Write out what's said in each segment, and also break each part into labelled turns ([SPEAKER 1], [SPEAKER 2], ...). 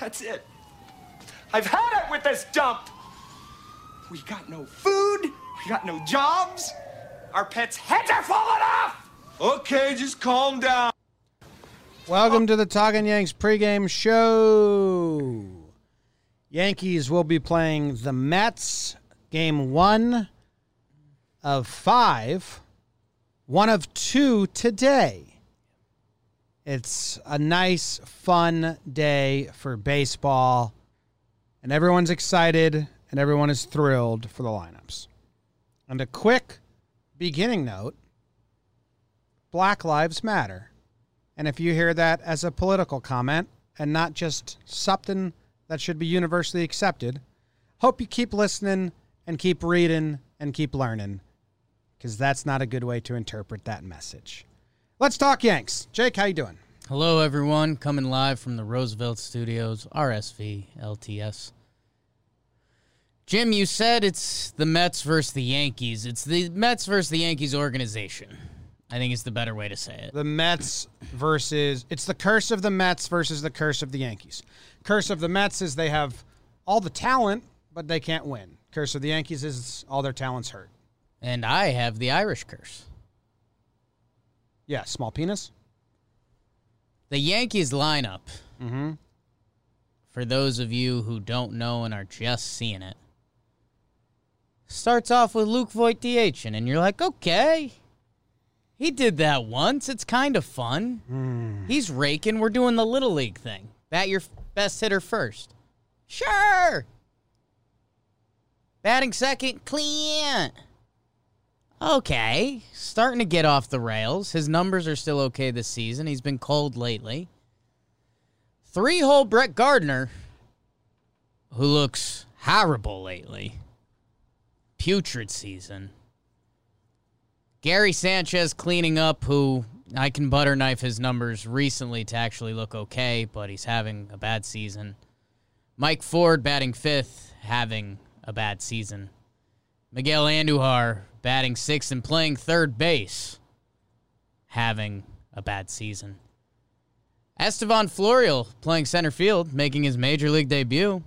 [SPEAKER 1] That's it. I've had it with this dump. We got no food. We got no jobs. Our pets' heads are falling off.
[SPEAKER 2] Okay, just calm down.
[SPEAKER 3] Welcome to the Talking Yanks pregame show. Yankees will be playing the Mets game one of five, one of two today. It's a nice, fun day for baseball, and everyone's excited and everyone is thrilled for the lineups. And a quick beginning note Black Lives Matter. And if you hear that as a political comment and not just something that should be universally accepted, hope you keep listening and keep reading and keep learning because that's not a good way to interpret that message. Let's talk Yanks. Jake, how you doing?
[SPEAKER 4] Hello, everyone. Coming live from the Roosevelt Studios, RSV LTS. Jim, you said it's the Mets versus the Yankees. It's the Mets versus the Yankees organization. I think it's the better way to say it.
[SPEAKER 3] The Mets versus it's the curse of the Mets versus the curse of the Yankees. Curse of the Mets is they have all the talent, but they can't win. Curse of the Yankees is all their talents hurt.
[SPEAKER 4] And I have the Irish curse.
[SPEAKER 3] Yeah, small penis.
[SPEAKER 4] The Yankees lineup, for those of you who don't know and are just seeing it, starts off with Luke Voigt DH, and you're like, okay, he did that once. It's kind of fun. He's raking. We're doing the little league thing. Bat your f- best hitter first. Sure. Batting second, Clint. Okay, starting to get off the rails. His numbers are still okay this season. He's been cold lately. Three hole Brett Gardner, who looks horrible lately. Putrid season. Gary Sanchez cleaning up, who I can butter knife his numbers recently to actually look okay, but he's having a bad season. Mike Ford batting fifth, having a bad season. Miguel Andujar batting sixth and playing third base, having a bad season. Estevan Florial playing center field, making his major league debut.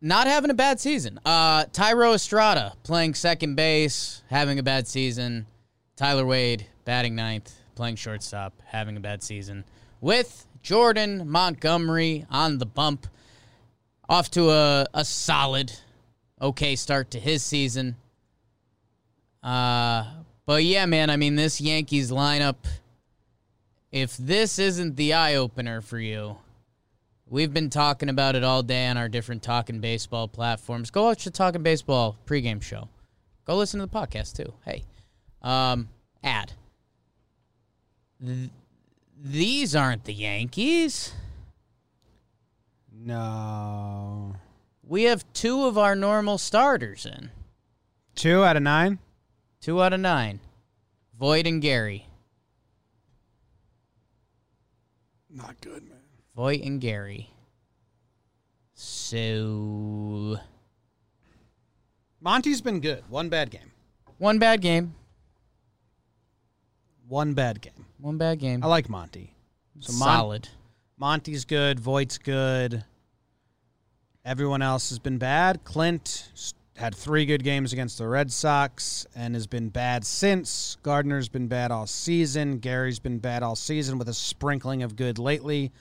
[SPEAKER 4] Not having a bad season. Uh, Tyro Estrada playing second base, having a bad season. Tyler Wade batting ninth, playing shortstop, having a bad season. With Jordan Montgomery on the bump, off to a, a solid, okay start to his season. Uh, but yeah, man, I mean, this Yankees lineup, if this isn't the eye opener for you, We've been talking about it all day on our different Talking Baseball platforms. Go watch the Talking Baseball pregame show. Go listen to the podcast too. Hey, um, ad. Th- these aren't the Yankees.
[SPEAKER 3] No.
[SPEAKER 4] We have two of our normal starters in.
[SPEAKER 3] Two out of nine.
[SPEAKER 4] Two out of nine. Void and Gary.
[SPEAKER 2] Not good, man.
[SPEAKER 4] Voight and Gary. So
[SPEAKER 3] Monty's been good. One bad game.
[SPEAKER 4] one bad game.
[SPEAKER 3] One bad game.
[SPEAKER 4] One bad game.
[SPEAKER 3] I like Monty. Oh, So Mon-
[SPEAKER 4] Solid.
[SPEAKER 3] Monty's good. Voight's good. Everyone else has been bad. Clint s- had three good games against the Red Sox and has been bad since. Gardner's been bad all season. Gary's been bad all season with a sprinkling of good lately.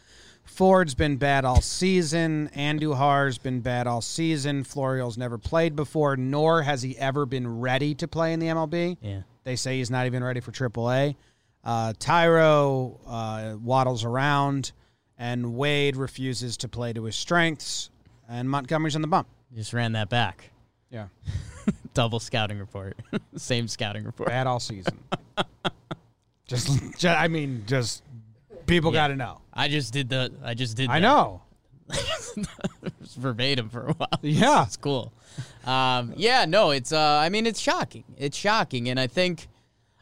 [SPEAKER 3] Ford's been bad all season. Andujar's been bad all season. Florial's never played before, nor has he ever been ready to play in the MLB.
[SPEAKER 4] Yeah.
[SPEAKER 3] They say he's not even ready for AAA. Uh, Tyro uh, waddles around, and Wade refuses to play to his strengths, and Montgomery's on the bump.
[SPEAKER 4] Just ran that back.
[SPEAKER 3] Yeah,
[SPEAKER 4] Double scouting report. Same scouting report.
[SPEAKER 3] bad all season. just, ju- I mean, just people got to know.
[SPEAKER 4] I just did the I just did
[SPEAKER 3] I
[SPEAKER 4] that.
[SPEAKER 3] know.
[SPEAKER 4] It's verbatim for a while.
[SPEAKER 3] Yeah.
[SPEAKER 4] it's cool. Um, yeah, no, it's. Uh, I mean, it's shocking. It's shocking, and I think,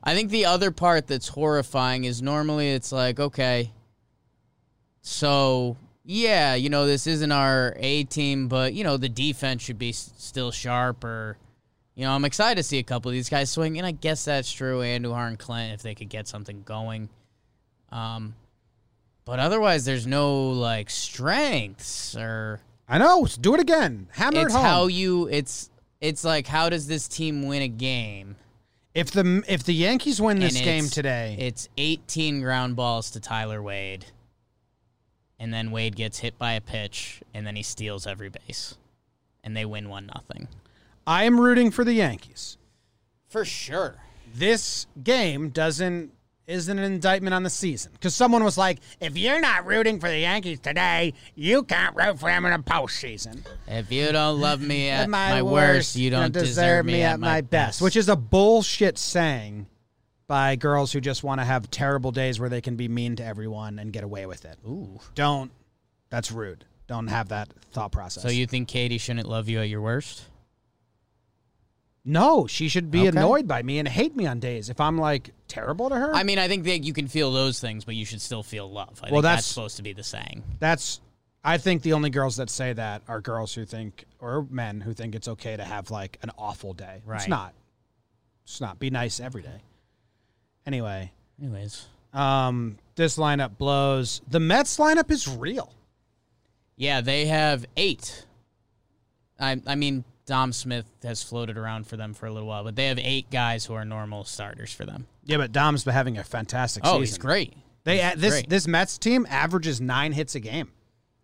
[SPEAKER 4] I think the other part that's horrifying is normally it's like, okay, so yeah, you know, this isn't our A team, but you know, the defense should be s- still sharp, or You know, I'm excited to see a couple of these guys swing, and I guess that's true. Andujar and Clint, if they could get something going. Um, but otherwise, there's no like strengths or
[SPEAKER 3] I know. s- Do it again. Hammer
[SPEAKER 4] it's
[SPEAKER 3] it home.
[SPEAKER 4] how you it's it's like how does this team win a game?
[SPEAKER 3] if the if the Yankees win this
[SPEAKER 4] And
[SPEAKER 3] game
[SPEAKER 4] it's-
[SPEAKER 3] today,
[SPEAKER 4] It's 18 ground balls to Tyler Wade, and then Wade gets hit by a pitch, and then he steals every base, and they win one nothing
[SPEAKER 3] I am rooting for the Yankees.
[SPEAKER 4] for sure.
[SPEAKER 3] This game doesn't isn't an indictment on the season because someone was like, "If you're not rooting for the Yankees today, you can't root for them in the postseason."
[SPEAKER 4] If you don't love me at, my, worst, you don't deserve, me at, my best.
[SPEAKER 3] which is a bullshit saying by girls who just want to have terrible days where they can be mean to everyone and get away with it.
[SPEAKER 4] Ooh.
[SPEAKER 3] Don't. That's rude. Don't have that thought process.
[SPEAKER 4] So you think Katie shouldn't love you at your worst?
[SPEAKER 3] No, she should be
[SPEAKER 4] Okay.
[SPEAKER 3] annoyed by me and hate me on days if I'm like terrible to her.
[SPEAKER 4] I mean, I think that you can feel those things, but you should still feel love.
[SPEAKER 3] Well,
[SPEAKER 4] I think that's,
[SPEAKER 3] that's-
[SPEAKER 4] supposed to be the saying.
[SPEAKER 3] That's I think the only girls that say that are girls who think or men who think it's okay to have like an awful day. It's
[SPEAKER 4] Right.
[SPEAKER 3] not. It's not. Be nice every day. Anyway,
[SPEAKER 4] Anyways,
[SPEAKER 3] um this lineup blows. The Mets lineup is real.
[SPEAKER 4] yeah, they have eight. I I mean, Dom Smith has floated around for them for a little while, but they have eight guys who are normal starters for them.
[SPEAKER 3] Yeah, but Dom's been having a fantastic
[SPEAKER 4] Oh,
[SPEAKER 3] season.
[SPEAKER 4] he's great.
[SPEAKER 3] They uh,
[SPEAKER 4] He's
[SPEAKER 3] this
[SPEAKER 4] great.
[SPEAKER 3] this Mets team averages 9 hits a game.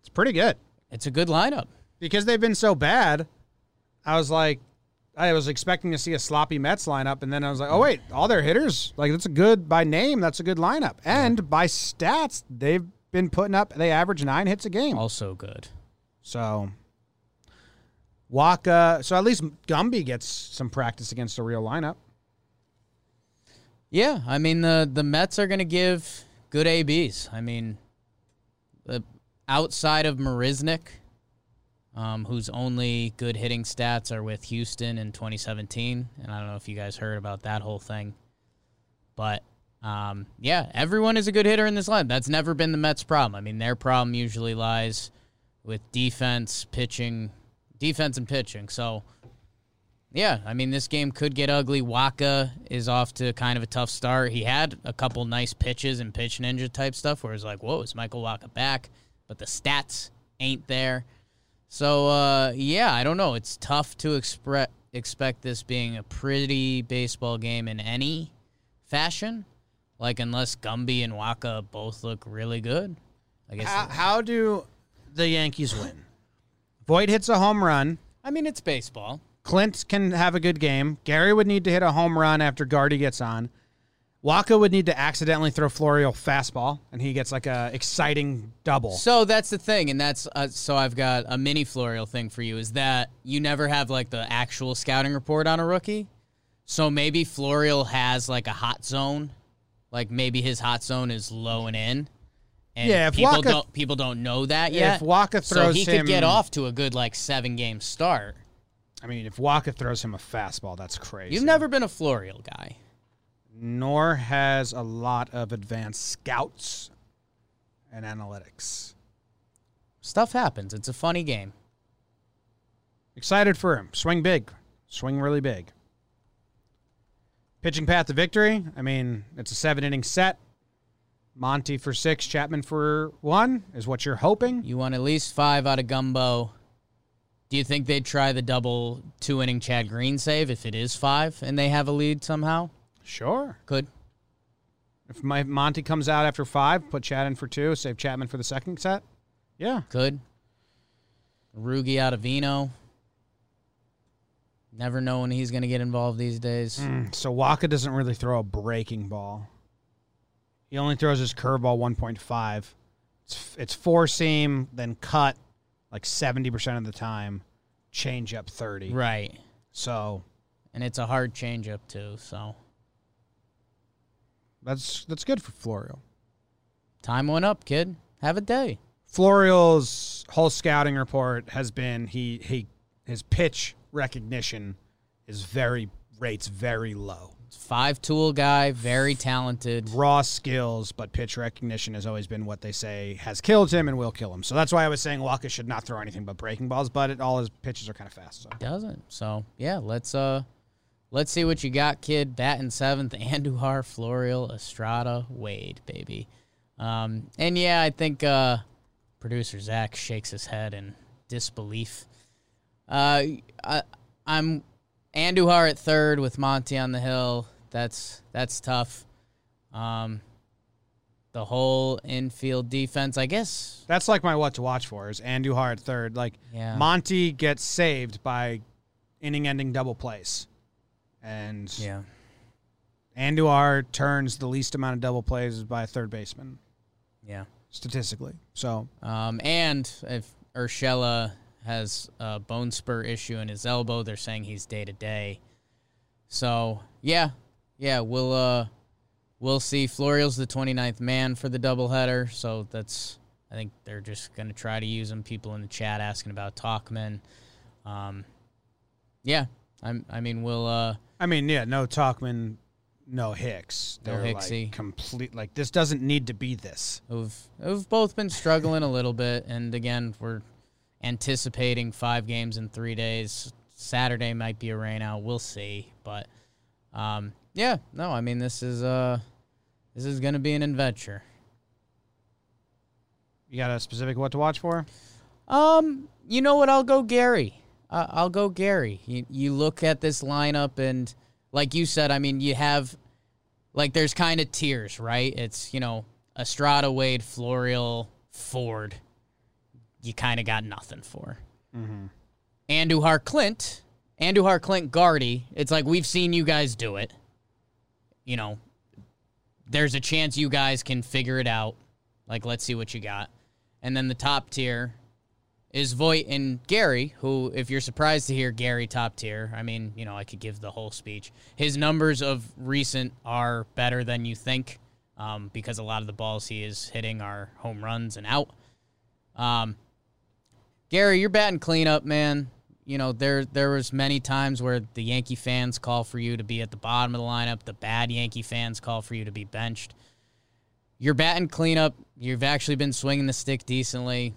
[SPEAKER 3] It's pretty good.
[SPEAKER 4] It's a good lineup.
[SPEAKER 3] because they've been so bad, I was like, I was expecting to see a sloppy Mets lineup, and then I was like, oh wait, all their hitters, like that's a good by name, that's a good lineup, and by stats, they've been putting up, they average nine hits a game,
[SPEAKER 4] Also good.
[SPEAKER 3] so. Waka, so at least Gumby gets some practice against a real lineup.
[SPEAKER 4] Yeah, I mean the the Mets are going to give good ABs. I mean, the outside of Marisnik, um, whose only good hitting stats are with Houston in 2017, and I don't know if you guys heard about that whole thing, but um, yeah, everyone is a good hitter in this line. That's never been the Mets' problem. I mean, their problem usually lies with defense, pitching, defense and pitching. So. Yeah, I mean, this game could get ugly. Waka is off to kind of a tough start. He had a couple nice pitches and pitch ninja type stuff where it's like, whoa, is Michael Waka back? But the stats ain't there. So, uh, yeah, I don't know. It's tough to expre- expect this being a pretty baseball game in any fashion. Like, unless Gumby and Waka both look really good. I guess.
[SPEAKER 3] How, how do the Yankees win? Voight hits a home run.
[SPEAKER 4] I mean, it's baseball.
[SPEAKER 3] Clint can have a good game. Gary would need to hit a home run after Guardy gets on. Waka would need to accidentally throw Florio fastball, and he gets like a exciting double.
[SPEAKER 4] So that's the thing, and that's uh, so I've got a mini Florio thing for you is that you never have like the actual scouting report on a rookie. So maybe Florio has like a hot zone, like maybe his hot zone is low and in. And
[SPEAKER 3] Yeah, if
[SPEAKER 4] people
[SPEAKER 3] Waka-
[SPEAKER 4] don't people don't know that
[SPEAKER 3] If
[SPEAKER 4] yet.
[SPEAKER 3] Waka
[SPEAKER 4] so
[SPEAKER 3] throws
[SPEAKER 4] he
[SPEAKER 3] him-
[SPEAKER 4] could get off to a good like seven game start.
[SPEAKER 3] I mean, if Waka throws him a fastball, that's crazy.
[SPEAKER 4] You've never been a Florio guy.
[SPEAKER 3] nor has a lot of advanced scouts and analytics.
[SPEAKER 4] Stuff happens. It's a funny game.
[SPEAKER 3] Excited for him. Swing big. Swing really big. Pitching path to victory. I mean, it's a seven inning set. Monty for six, Chapman for one is what you're hoping.
[SPEAKER 4] You want at least five out of Gumbo. Do you think they'd try the double two inning Chad Green save if it is five and they have a lead somehow?
[SPEAKER 3] Sure.
[SPEAKER 4] Could.
[SPEAKER 3] If my Monty comes out after five, put Chad in for two, save Chapman for the second set. Yeah.
[SPEAKER 4] Could. Rugi out of Vino. Never know when he's going to get involved these days.
[SPEAKER 3] Hmm, So Waka doesn't really throw a breaking ball. He only throws his curveball 1.5. It's, it's four seam, then cut like 70% of the time, change up 30.
[SPEAKER 4] Right.
[SPEAKER 3] So
[SPEAKER 4] And it's a hard changeup, too. So
[SPEAKER 3] that's that's good for Florio.
[SPEAKER 4] time went up, kid. Have a day.
[SPEAKER 3] Florio's whole scouting report has been he he his pitch recognition is very rates very low.
[SPEAKER 4] Five tool guy, very talented.
[SPEAKER 3] Raw skills, but pitch recognition has always been what they say has killed him and will kill him. So that's why I was saying Waka should not throw anything but breaking balls, but it, all his pitches are kind of fast. So
[SPEAKER 4] Doesn't. So, yeah, let's uh Let's see what you got, kid. Batting seventh, Andujar, Florial, Estrada, Wade, baby. Um, and yeah, I think uh, producer Zach shakes his head in disbelief. Uh, I, I'm Andujar at third with Monty on the hill. That's that's tough. Um, the whole infield defense, I guess.
[SPEAKER 3] That's like my what to watch for is Andujar at third. Like
[SPEAKER 4] Yeah.
[SPEAKER 3] Monty gets saved by inning-ending double plays, and
[SPEAKER 4] Yeah.
[SPEAKER 3] Andujar turns the least amount of double plays by a third baseman
[SPEAKER 4] Yeah.
[SPEAKER 3] statistically. So
[SPEAKER 4] Um, and if Urshela has a bone spur issue in his elbow, they're saying he's day to day. So yeah, yeah, we'll uh, we'll see. Florial's the 29th man for the doubleheader, so that's I think they're just gonna try to use him. People in the chat asking about Talkman. Um, yeah, I'm. I mean, we'll. Uh,
[SPEAKER 3] I mean, yeah, no Talkman, no Hicks.
[SPEAKER 4] No
[SPEAKER 3] They're
[SPEAKER 4] Hicksy.
[SPEAKER 3] like complete. Like this doesn't need to be this.
[SPEAKER 4] who've who've both been struggling a little bit. And again, we're anticipating five games in three days. Saturday might be a rain out. We'll see. But um, yeah, no, I mean this is uh this is gonna be an adventure.
[SPEAKER 3] You got a specific what to watch for?
[SPEAKER 4] Um, you know what? I'll go Gary. Uh, I'll go Gary. You, you look at this lineup, and like you said, I mean, you have like there's kind of tiers, right? It's you know Estrada, Wade, Florial, Ford. You kind of got nothing for. Mm-hmm. Andujar, Clint, Andujar, Clint, Guardy. It's like we've seen you guys do it. You know, there's a chance you guys can figure it out. Like, let's see what you got. And then the top tier, is Voight and Gary, who, if you're surprised to hear Gary top tier, I mean, you know, I could give the whole speech. His numbers of recent are better than you think um, because a lot of the balls he is hitting are home runs and out. Um, Gary, you're batting cleanup, man. You know, there there was many times where the Yankee fans call for you to be at the bottom of the lineup. The bad Yankee fans call for you to be benched. You're batting cleanup. You've actually been swinging the stick decently.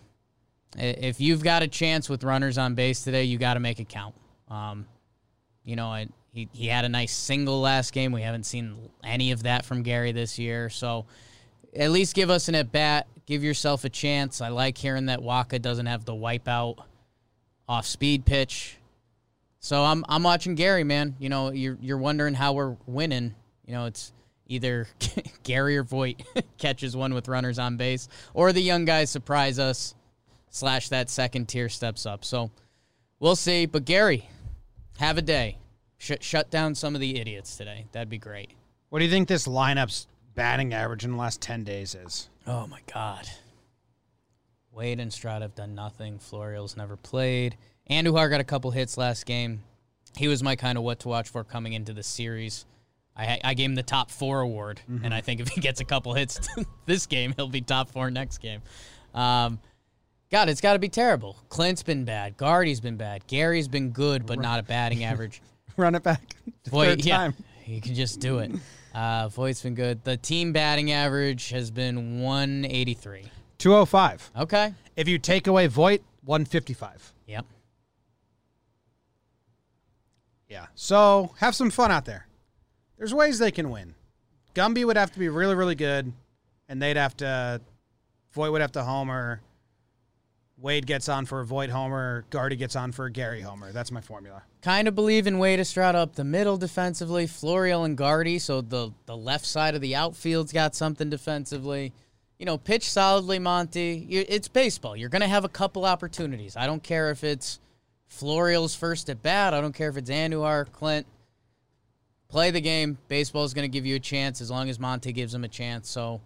[SPEAKER 4] I- if you've got a chance with runners on base today, you got to make it count. Um, you know, I, he he had a nice single last game. We haven't seen any of that from Gary this year, so at least give us an at bat. Give yourself a chance. I like hearing that Waka doesn't have the wipeout off speed pitch. So I'm I'm watching Gary, man. You know, you're you're wondering how we're winning. You know, it's either Gary or Voight catches one with runners on base, or the young guys surprise us slash that second tier steps up. So we'll see. But Gary, have a day. Sh- shut down some of the idiots today. That'd be great.
[SPEAKER 3] What do you think this lineup's batting average in the last ten days is?
[SPEAKER 4] Oh my God. Wade and Stroud have done nothing. Florial's never played. Andujar got a couple hits last game. He was my kind of what to watch for coming into the series. I, I gave him the top four award, and I
[SPEAKER 3] Mm-hmm.
[SPEAKER 4] think if he gets a couple hits this game, he'll be top four next game. Um, God, it's got to be terrible. Clint's been bad. Guardy's been bad. Gary's been good, but not a batting average.
[SPEAKER 3] Run it back. the
[SPEAKER 4] Voight,
[SPEAKER 3] third
[SPEAKER 4] yeah,
[SPEAKER 3] time.
[SPEAKER 4] you can just do it. Uh, Voight's been good. The team batting average has been 183.
[SPEAKER 3] 205.
[SPEAKER 4] Okay.
[SPEAKER 3] If you take away Voight, 155.
[SPEAKER 4] Yep.
[SPEAKER 3] Yeah. So have some fun out there. There's ways they can win. Gumby would have to be really, really good, and they'd have to. Voight would have to homer. Wade gets on for a Voight homer. Guardy gets on for a Gary homer. That's my formula.
[SPEAKER 4] Kind of believe in Wade Estrada up the middle defensively, Florial and Guardy, so the the left side of the outfield's got something defensively. You know, pitch solidly, Monty. You, it's baseball. You're going to have a couple opportunities. I don't care if it's Florial's first at bat. I don't care if it's Andujar, Clint. Play the game. Baseball's going to give you a chance as long as Monty gives him a chance. So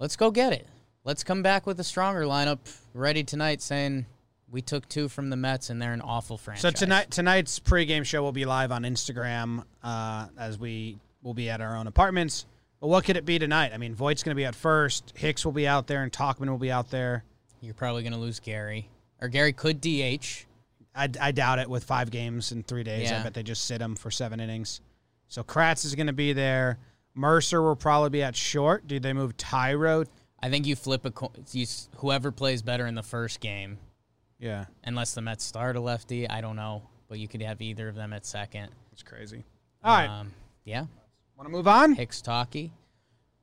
[SPEAKER 4] let's go get it. Let's come back with a stronger lineup ready tonight saying we took two from the Mets and they're an awful franchise.
[SPEAKER 3] So tonight, tonight's pregame show will be live on Instagram uh, as we will be at our own apartments. But what could it be tonight? I mean, Voight's going to be at first. Hicks will be out there, and Talkman will be out there.
[SPEAKER 4] You're probably going to lose Gary. Or Gary could DH.
[SPEAKER 3] I, I doubt it with five games in three days.
[SPEAKER 4] Yeah.
[SPEAKER 3] I bet they just sit him for seven innings. So Kratz is going to be there. Mercer will probably be at short. Do they move Tyro?
[SPEAKER 4] I think you flip a coin. You, s- whoever plays better in the first game,
[SPEAKER 3] Yeah,
[SPEAKER 4] unless the Mets start a lefty, I don't know. But you could have either of them at second.
[SPEAKER 3] It's crazy. All right.
[SPEAKER 4] Um, yeah.
[SPEAKER 3] Want to move on?
[SPEAKER 4] Hicks Talkie.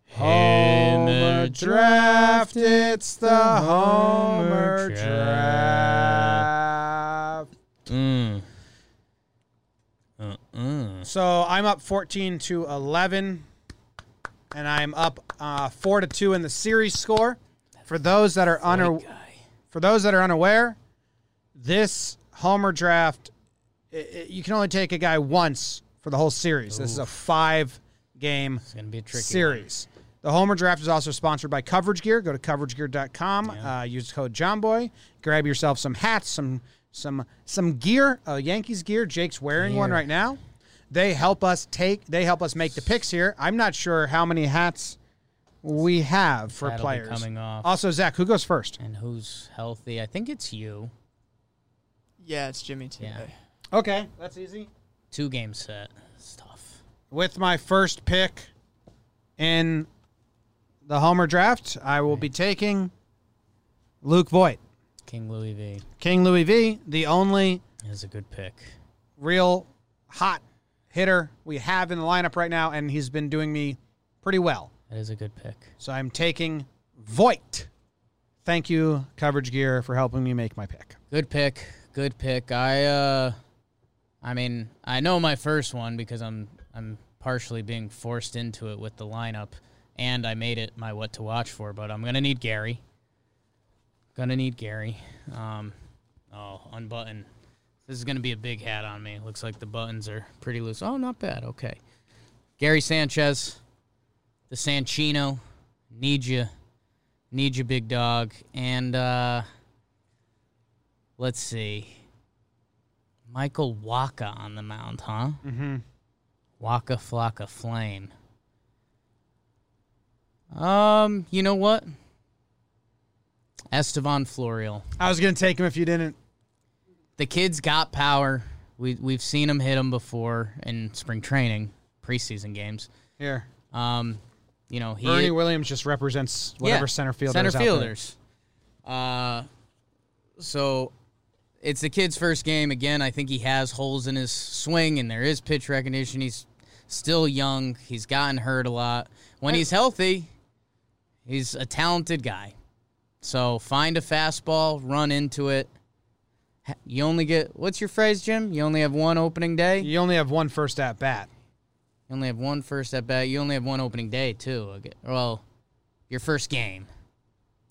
[SPEAKER 3] Homer draft. It's the
[SPEAKER 4] Homer
[SPEAKER 3] Homer draft.
[SPEAKER 4] Mm. Uh-uh.
[SPEAKER 3] So I'm up 14 to 11, and I'm up uh, four to two in the series score. For those that are unaware, for those that are unaware, this Homer draft, i i you can only take a guy once for the whole series. This is a five game
[SPEAKER 4] It's gonna be a tricky. one.
[SPEAKER 3] series. The Homer Draft is also sponsored by Coverage Gear. Go to coveragegear.com. Uh, use code JohnBoy. Grab yourself some hats, some some some gear, uh, Yankees gear. Jake's wearing one right now. They help us take. They help us make the picks here. I'm not sure how many hats we have for
[SPEAKER 4] That'll be
[SPEAKER 3] players.
[SPEAKER 4] coming off.
[SPEAKER 3] Also, Zach, who goes first?
[SPEAKER 4] And who's healthy? I think it's you.
[SPEAKER 5] Yeah, it's Jimmy today.
[SPEAKER 4] Yeah.
[SPEAKER 3] Okay, that's easy.
[SPEAKER 4] Two game set. It's tough.
[SPEAKER 3] With my first pick in the Homer Draft, I will be taking Luke Voigt.
[SPEAKER 4] King Louis V
[SPEAKER 3] King Louis V, the only
[SPEAKER 4] is a good pick.
[SPEAKER 3] real hot hitter we have in the lineup right now, and he's been doing me pretty well.
[SPEAKER 4] That is a good pick.
[SPEAKER 3] So I'm taking Voigt. Thank you, Coverage Gear, for helping me make my pick.
[SPEAKER 4] Good pick. Good pick. I uh I mean, I know my first one because I'm I'm partially being forced into it with the lineup and I made it my what to watch for, but I'm going to need Gary. Going to need Gary. Um oh, unbutton. This is going to be a big hat on me. Looks like the buttons are pretty loose. Oh, not bad. Okay. Gary Sanchez, the Sanchino, need you. Need you, big dog. And uh let's see. Michael Waka on the mound, huh? Mm-hmm. Waka Flocka Flame. Um, you know what? Estevan Florial.
[SPEAKER 3] I was going to take him if you didn't.
[SPEAKER 4] The kid's got power. We we've seen him hit him before in spring training, preseason games.
[SPEAKER 3] Here.
[SPEAKER 4] Um, you know, he
[SPEAKER 3] Bernie Williams just represents whatever
[SPEAKER 4] Yeah,
[SPEAKER 3] center fielder
[SPEAKER 4] Center
[SPEAKER 3] is out there.
[SPEAKER 4] fielders. Uh, so it's the kid's first game again. I think he has holes in his swing, and there is pitch recognition. He's still young. He's gotten hurt a lot. When he's healthy, he's a talented guy. So find a fastball, run into it. Ha- You only get what's your phrase, Jim? You only have one opening day. You
[SPEAKER 3] You only have one first at bat.
[SPEAKER 4] only have one first at bat. You only have one opening day too. Okay. Well, your first game.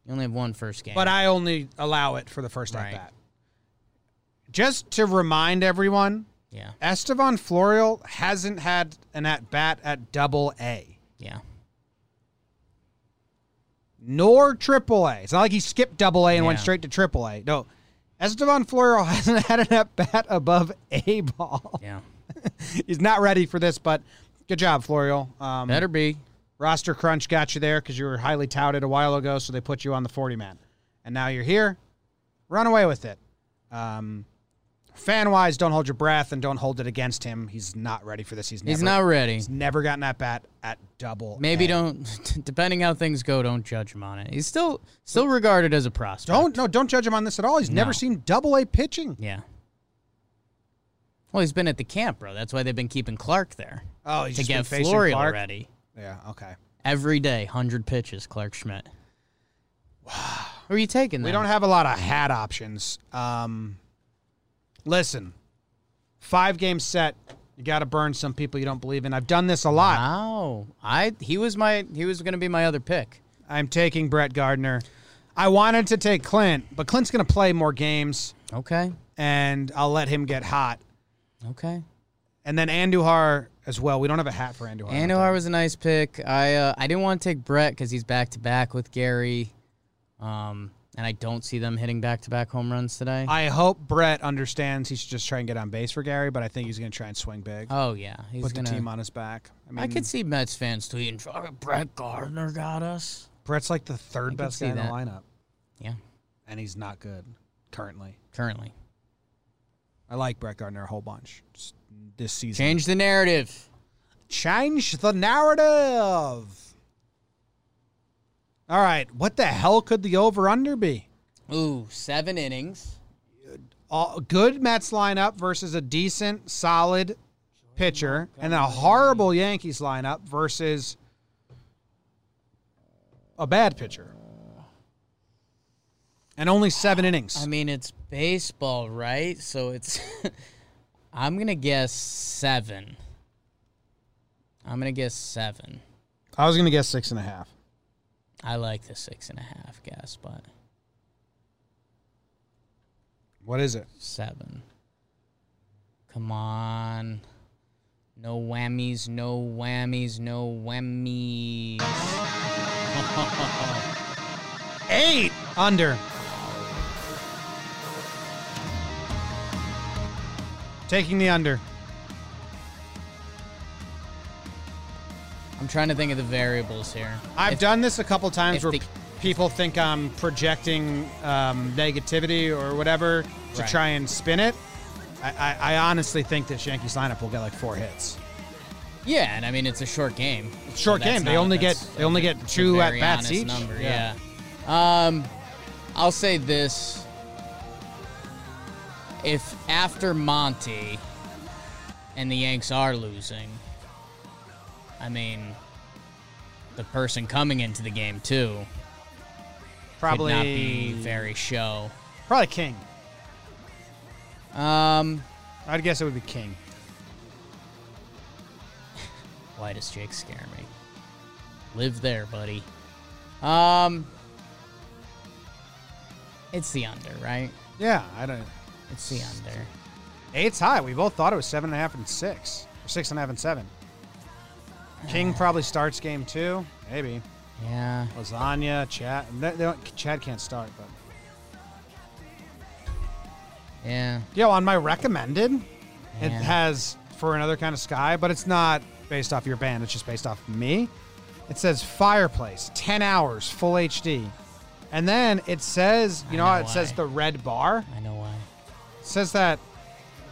[SPEAKER 4] You only have one first game.
[SPEAKER 3] but I only allow it for the first at
[SPEAKER 4] Right.
[SPEAKER 3] bat. Just to remind everyone,
[SPEAKER 4] Yeah,
[SPEAKER 3] Estevan Florial hasn't had an at bat at double A
[SPEAKER 4] yeah,
[SPEAKER 3] nor triple A. It's not like he skipped double A and went
[SPEAKER 4] Yeah.
[SPEAKER 3] straight to triple A. No. Estevan Florial hasn't had an at bat above A ball.
[SPEAKER 4] yeah.
[SPEAKER 3] He's not ready for this, but good job, Florial. Um,
[SPEAKER 4] Better be.
[SPEAKER 3] roster crunch got you there because you were highly touted a while ago, so they put you on the 40 man. And now you're here. Run away with it. Um, fan wise, don't hold your breath and don't hold it against him. He's not ready for this. He's never,
[SPEAKER 4] He's not ready.
[SPEAKER 3] he's never gotten that bat at double.
[SPEAKER 4] Maybe
[SPEAKER 3] A.
[SPEAKER 4] don't. Depending how things go, don't judge him on it. He's still still regarded as a prospect.
[SPEAKER 3] Don't no, don't judge him on this at all. He's
[SPEAKER 4] No.
[SPEAKER 3] never seen double A pitching.
[SPEAKER 4] Yeah. Well, he's been at the camp, bro. That's why they've been keeping Clark there
[SPEAKER 3] Oh, he's
[SPEAKER 4] to
[SPEAKER 3] just been
[SPEAKER 4] get
[SPEAKER 3] facing
[SPEAKER 4] Florial
[SPEAKER 3] Clark.
[SPEAKER 4] ready
[SPEAKER 3] Yeah, okay.
[SPEAKER 4] every day. Hundred pitches, Clark Schmidt. Wow. Who are you taking?
[SPEAKER 3] We
[SPEAKER 4] then?
[SPEAKER 3] don't have a lot of hat options. Um, listen, five game set. You got to burn some people you don't believe in. I've done this a lot.
[SPEAKER 4] Wow. I he was my he was gonna be my other pick.
[SPEAKER 3] I'm taking Brett Gardner. I wanted to take Clint, but Clint's going to play more games,
[SPEAKER 4] Okay.
[SPEAKER 3] and I'll let him get hot.
[SPEAKER 4] Okay.
[SPEAKER 3] And then Andujar as well. We don't have a hat for Andujar.
[SPEAKER 4] Andujar was a nice pick. I uh, I didn't want to take Brett because he's back to back with Gary, um, and I don't see them hitting back to back home runs today.
[SPEAKER 3] I hope Brett understands he should just try and get on base for Gary, but I think he's going to try and swing big,
[SPEAKER 4] oh yeah, he's
[SPEAKER 3] put
[SPEAKER 4] gonna.
[SPEAKER 3] the team on his back. I mean,
[SPEAKER 4] I could see Mets fans tweeting, "Fucking Brett Gardner got us."
[SPEAKER 3] Brett's like the third
[SPEAKER 4] could
[SPEAKER 3] best
[SPEAKER 4] see
[SPEAKER 3] guy in
[SPEAKER 4] that.
[SPEAKER 3] the lineup,
[SPEAKER 4] Yeah,
[SPEAKER 3] and he's not good currently.
[SPEAKER 4] currently
[SPEAKER 3] I like Brett Gardner a whole bunch just this season.
[SPEAKER 4] change the narrative.
[SPEAKER 3] Change the narrative. All right, what the hell could the over under be?
[SPEAKER 4] Ooh, seven innings.
[SPEAKER 3] All, good Mets lineup versus a decent, solid pitcher and a horrible Yankees lineup versus a bad pitcher. And only seven innings.
[SPEAKER 4] I mean, it's baseball, right? So it's. I'm gonna guess seven. I'm gonna guess seven.
[SPEAKER 3] I was going to guess six and a half.
[SPEAKER 4] I like the six and a half guess, but
[SPEAKER 3] What is it?
[SPEAKER 4] seven. Come on. No whammies, no whammies, no whammies.
[SPEAKER 3] Eight under. Taking the under.
[SPEAKER 4] I'm trying to think of the variables here.
[SPEAKER 3] I've
[SPEAKER 4] If-
[SPEAKER 3] done this a couple times
[SPEAKER 4] if
[SPEAKER 3] where
[SPEAKER 4] the-
[SPEAKER 3] people think I'm projecting um, negativity or whatever to
[SPEAKER 4] Right.
[SPEAKER 3] try and spin it. I, I, I honestly think this Yankees lineup will get like four hits.
[SPEAKER 4] Yeah, and I mean it's a short game.
[SPEAKER 3] a short
[SPEAKER 4] So that's
[SPEAKER 3] game. They only get-
[SPEAKER 4] that's-
[SPEAKER 3] they only
[SPEAKER 4] that's
[SPEAKER 3] get
[SPEAKER 4] a
[SPEAKER 3] two
[SPEAKER 4] very
[SPEAKER 3] at-bats
[SPEAKER 4] honest
[SPEAKER 3] each.
[SPEAKER 4] Number,
[SPEAKER 3] Yeah.
[SPEAKER 4] yeah. Um, I'll say this: if after Monty and the Yanks are losing, I mean, the person coming into the game too
[SPEAKER 3] Probably,
[SPEAKER 4] could not be very show.
[SPEAKER 3] probably King.
[SPEAKER 4] Um,
[SPEAKER 3] I'd guess it would be King.
[SPEAKER 4] Why does Jake scare me? Live there, buddy. Um, it's the under, right?
[SPEAKER 3] Yeah, I don't.
[SPEAKER 4] It's the under.
[SPEAKER 3] Eight's high. We both thought it was seven and a half and six, or six and a half and seven. King probably starts game two, maybe.
[SPEAKER 4] Yeah.
[SPEAKER 3] Lasagna, Chad. They, they don't, Chad can't start, but
[SPEAKER 4] Yeah.
[SPEAKER 3] yo, on my recommended, it
[SPEAKER 4] Yeah.
[SPEAKER 3] has for another kind of sky, but it's not based off your band. It's just based off me. It says fireplace, ten hours, full HD, and then it says, you
[SPEAKER 4] I
[SPEAKER 3] know,
[SPEAKER 4] know
[SPEAKER 3] how it says
[SPEAKER 4] why.
[SPEAKER 3] the red bar.
[SPEAKER 4] I know why.
[SPEAKER 3] It says that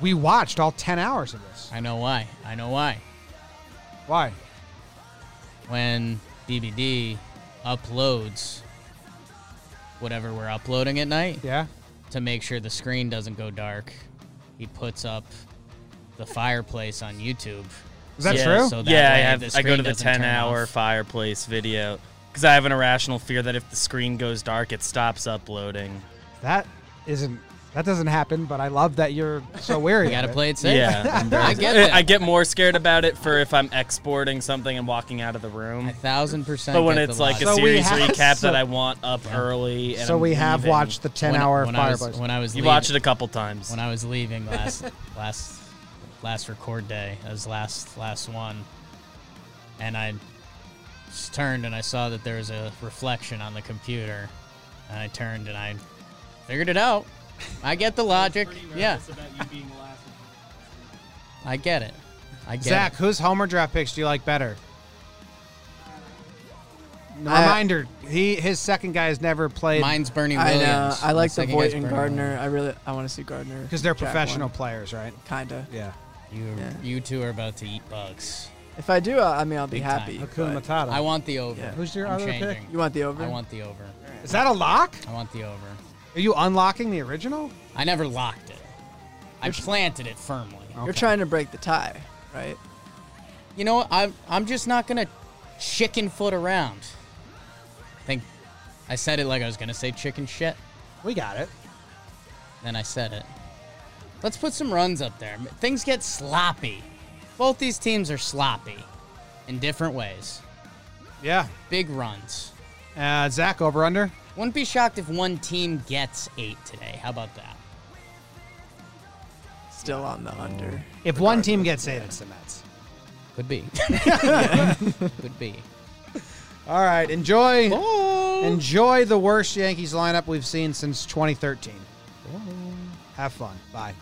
[SPEAKER 3] we watched all ten hours of this.
[SPEAKER 4] I know why. I know why.
[SPEAKER 3] Why?
[SPEAKER 4] When BBD uploads whatever we're uploading at night
[SPEAKER 3] Yeah.
[SPEAKER 4] to make sure the screen doesn't go dark, he puts up the fireplace on YouTube.
[SPEAKER 3] Is that
[SPEAKER 6] Yeah,
[SPEAKER 3] true?
[SPEAKER 4] So that
[SPEAKER 6] yeah, I,
[SPEAKER 4] way
[SPEAKER 6] have,
[SPEAKER 4] the
[SPEAKER 6] I go
[SPEAKER 4] screen
[SPEAKER 6] to the
[SPEAKER 4] doesn't turn
[SPEAKER 6] 10 hour
[SPEAKER 4] off.
[SPEAKER 6] fireplace video because I have an irrational fear that if the screen goes dark, it stops uploading.
[SPEAKER 3] That isn't. That doesn't happen. But I love that you're so wary.
[SPEAKER 4] You gotta
[SPEAKER 3] of it.
[SPEAKER 4] play it safe.
[SPEAKER 6] Yeah.
[SPEAKER 4] I get that.
[SPEAKER 6] I get more scared about it for if I'm exporting something and walking out of the room.
[SPEAKER 4] A thousand percent.
[SPEAKER 6] But when
[SPEAKER 4] get the
[SPEAKER 6] it's like
[SPEAKER 4] logic.
[SPEAKER 6] a
[SPEAKER 3] So we
[SPEAKER 6] series
[SPEAKER 3] have-
[SPEAKER 6] recap
[SPEAKER 3] so-
[SPEAKER 6] that I want up early. And
[SPEAKER 3] So
[SPEAKER 6] I'm
[SPEAKER 3] we have
[SPEAKER 6] leaving.
[SPEAKER 3] watched the
[SPEAKER 4] When-
[SPEAKER 3] ten-hour
[SPEAKER 4] when I
[SPEAKER 3] fireplace.
[SPEAKER 4] was, when I was
[SPEAKER 6] You
[SPEAKER 4] leaving,
[SPEAKER 6] watch it a couple times.
[SPEAKER 4] when I was leaving last last last record day. That was last last one, and I just turned and I saw that there was a reflection on the computer, and I turned and I figured it out. I get the logic. Yeah, I get it. I get
[SPEAKER 3] Zach,
[SPEAKER 4] it.
[SPEAKER 3] whose Homer draft picks do you like better?
[SPEAKER 5] I-
[SPEAKER 3] Reminder: He his second guy has never played
[SPEAKER 4] Mine's Bernie
[SPEAKER 5] I
[SPEAKER 4] Williams.
[SPEAKER 5] know. I
[SPEAKER 4] My
[SPEAKER 5] like the
[SPEAKER 4] second guy's
[SPEAKER 5] Voight and
[SPEAKER 4] Bernie
[SPEAKER 5] Gardner. I really I want to see Gardner
[SPEAKER 3] because they're
[SPEAKER 5] Jack
[SPEAKER 3] professional
[SPEAKER 5] one.
[SPEAKER 3] players, right?
[SPEAKER 5] Kinda.
[SPEAKER 3] Yeah.
[SPEAKER 4] Williams. You
[SPEAKER 5] Yeah.
[SPEAKER 4] you two are about to eat bugs.
[SPEAKER 5] If I do, uh, I I mean I'll be
[SPEAKER 4] Big time.
[SPEAKER 5] happy.
[SPEAKER 3] Hakuna
[SPEAKER 5] but-
[SPEAKER 3] Matata.
[SPEAKER 4] I want the over.
[SPEAKER 5] Yeah.
[SPEAKER 3] Who's your
[SPEAKER 4] I'm
[SPEAKER 3] other pick?
[SPEAKER 4] changing.
[SPEAKER 5] You want the over?
[SPEAKER 4] I want the over.
[SPEAKER 3] Is that a lock?
[SPEAKER 4] I want the over.
[SPEAKER 3] Are you unlocking the original?
[SPEAKER 4] I never locked it. I planted it firmly.
[SPEAKER 5] You're
[SPEAKER 3] Okay.
[SPEAKER 5] trying to break the tie, right?
[SPEAKER 4] You know, what? I'm I'm just not gonna chicken foot around. I think I said it like I was gonna say chicken shit,
[SPEAKER 3] We got it.
[SPEAKER 4] then I said it. Let's put some runs up there. M- Things get sloppy. Both these teams are sloppy in different ways.
[SPEAKER 3] Yeah.
[SPEAKER 4] Big runs.
[SPEAKER 3] Uh, Zach over under.
[SPEAKER 4] Wouldn't be shocked if one team gets eight today. How about that?
[SPEAKER 5] Still on the under.
[SPEAKER 3] If one team gets eight, it's the Mets.
[SPEAKER 4] Could be. Could be.
[SPEAKER 3] All right. Enjoy. Enjoy the worst Yankees lineup we've seen since 2013. Have fun. Bye.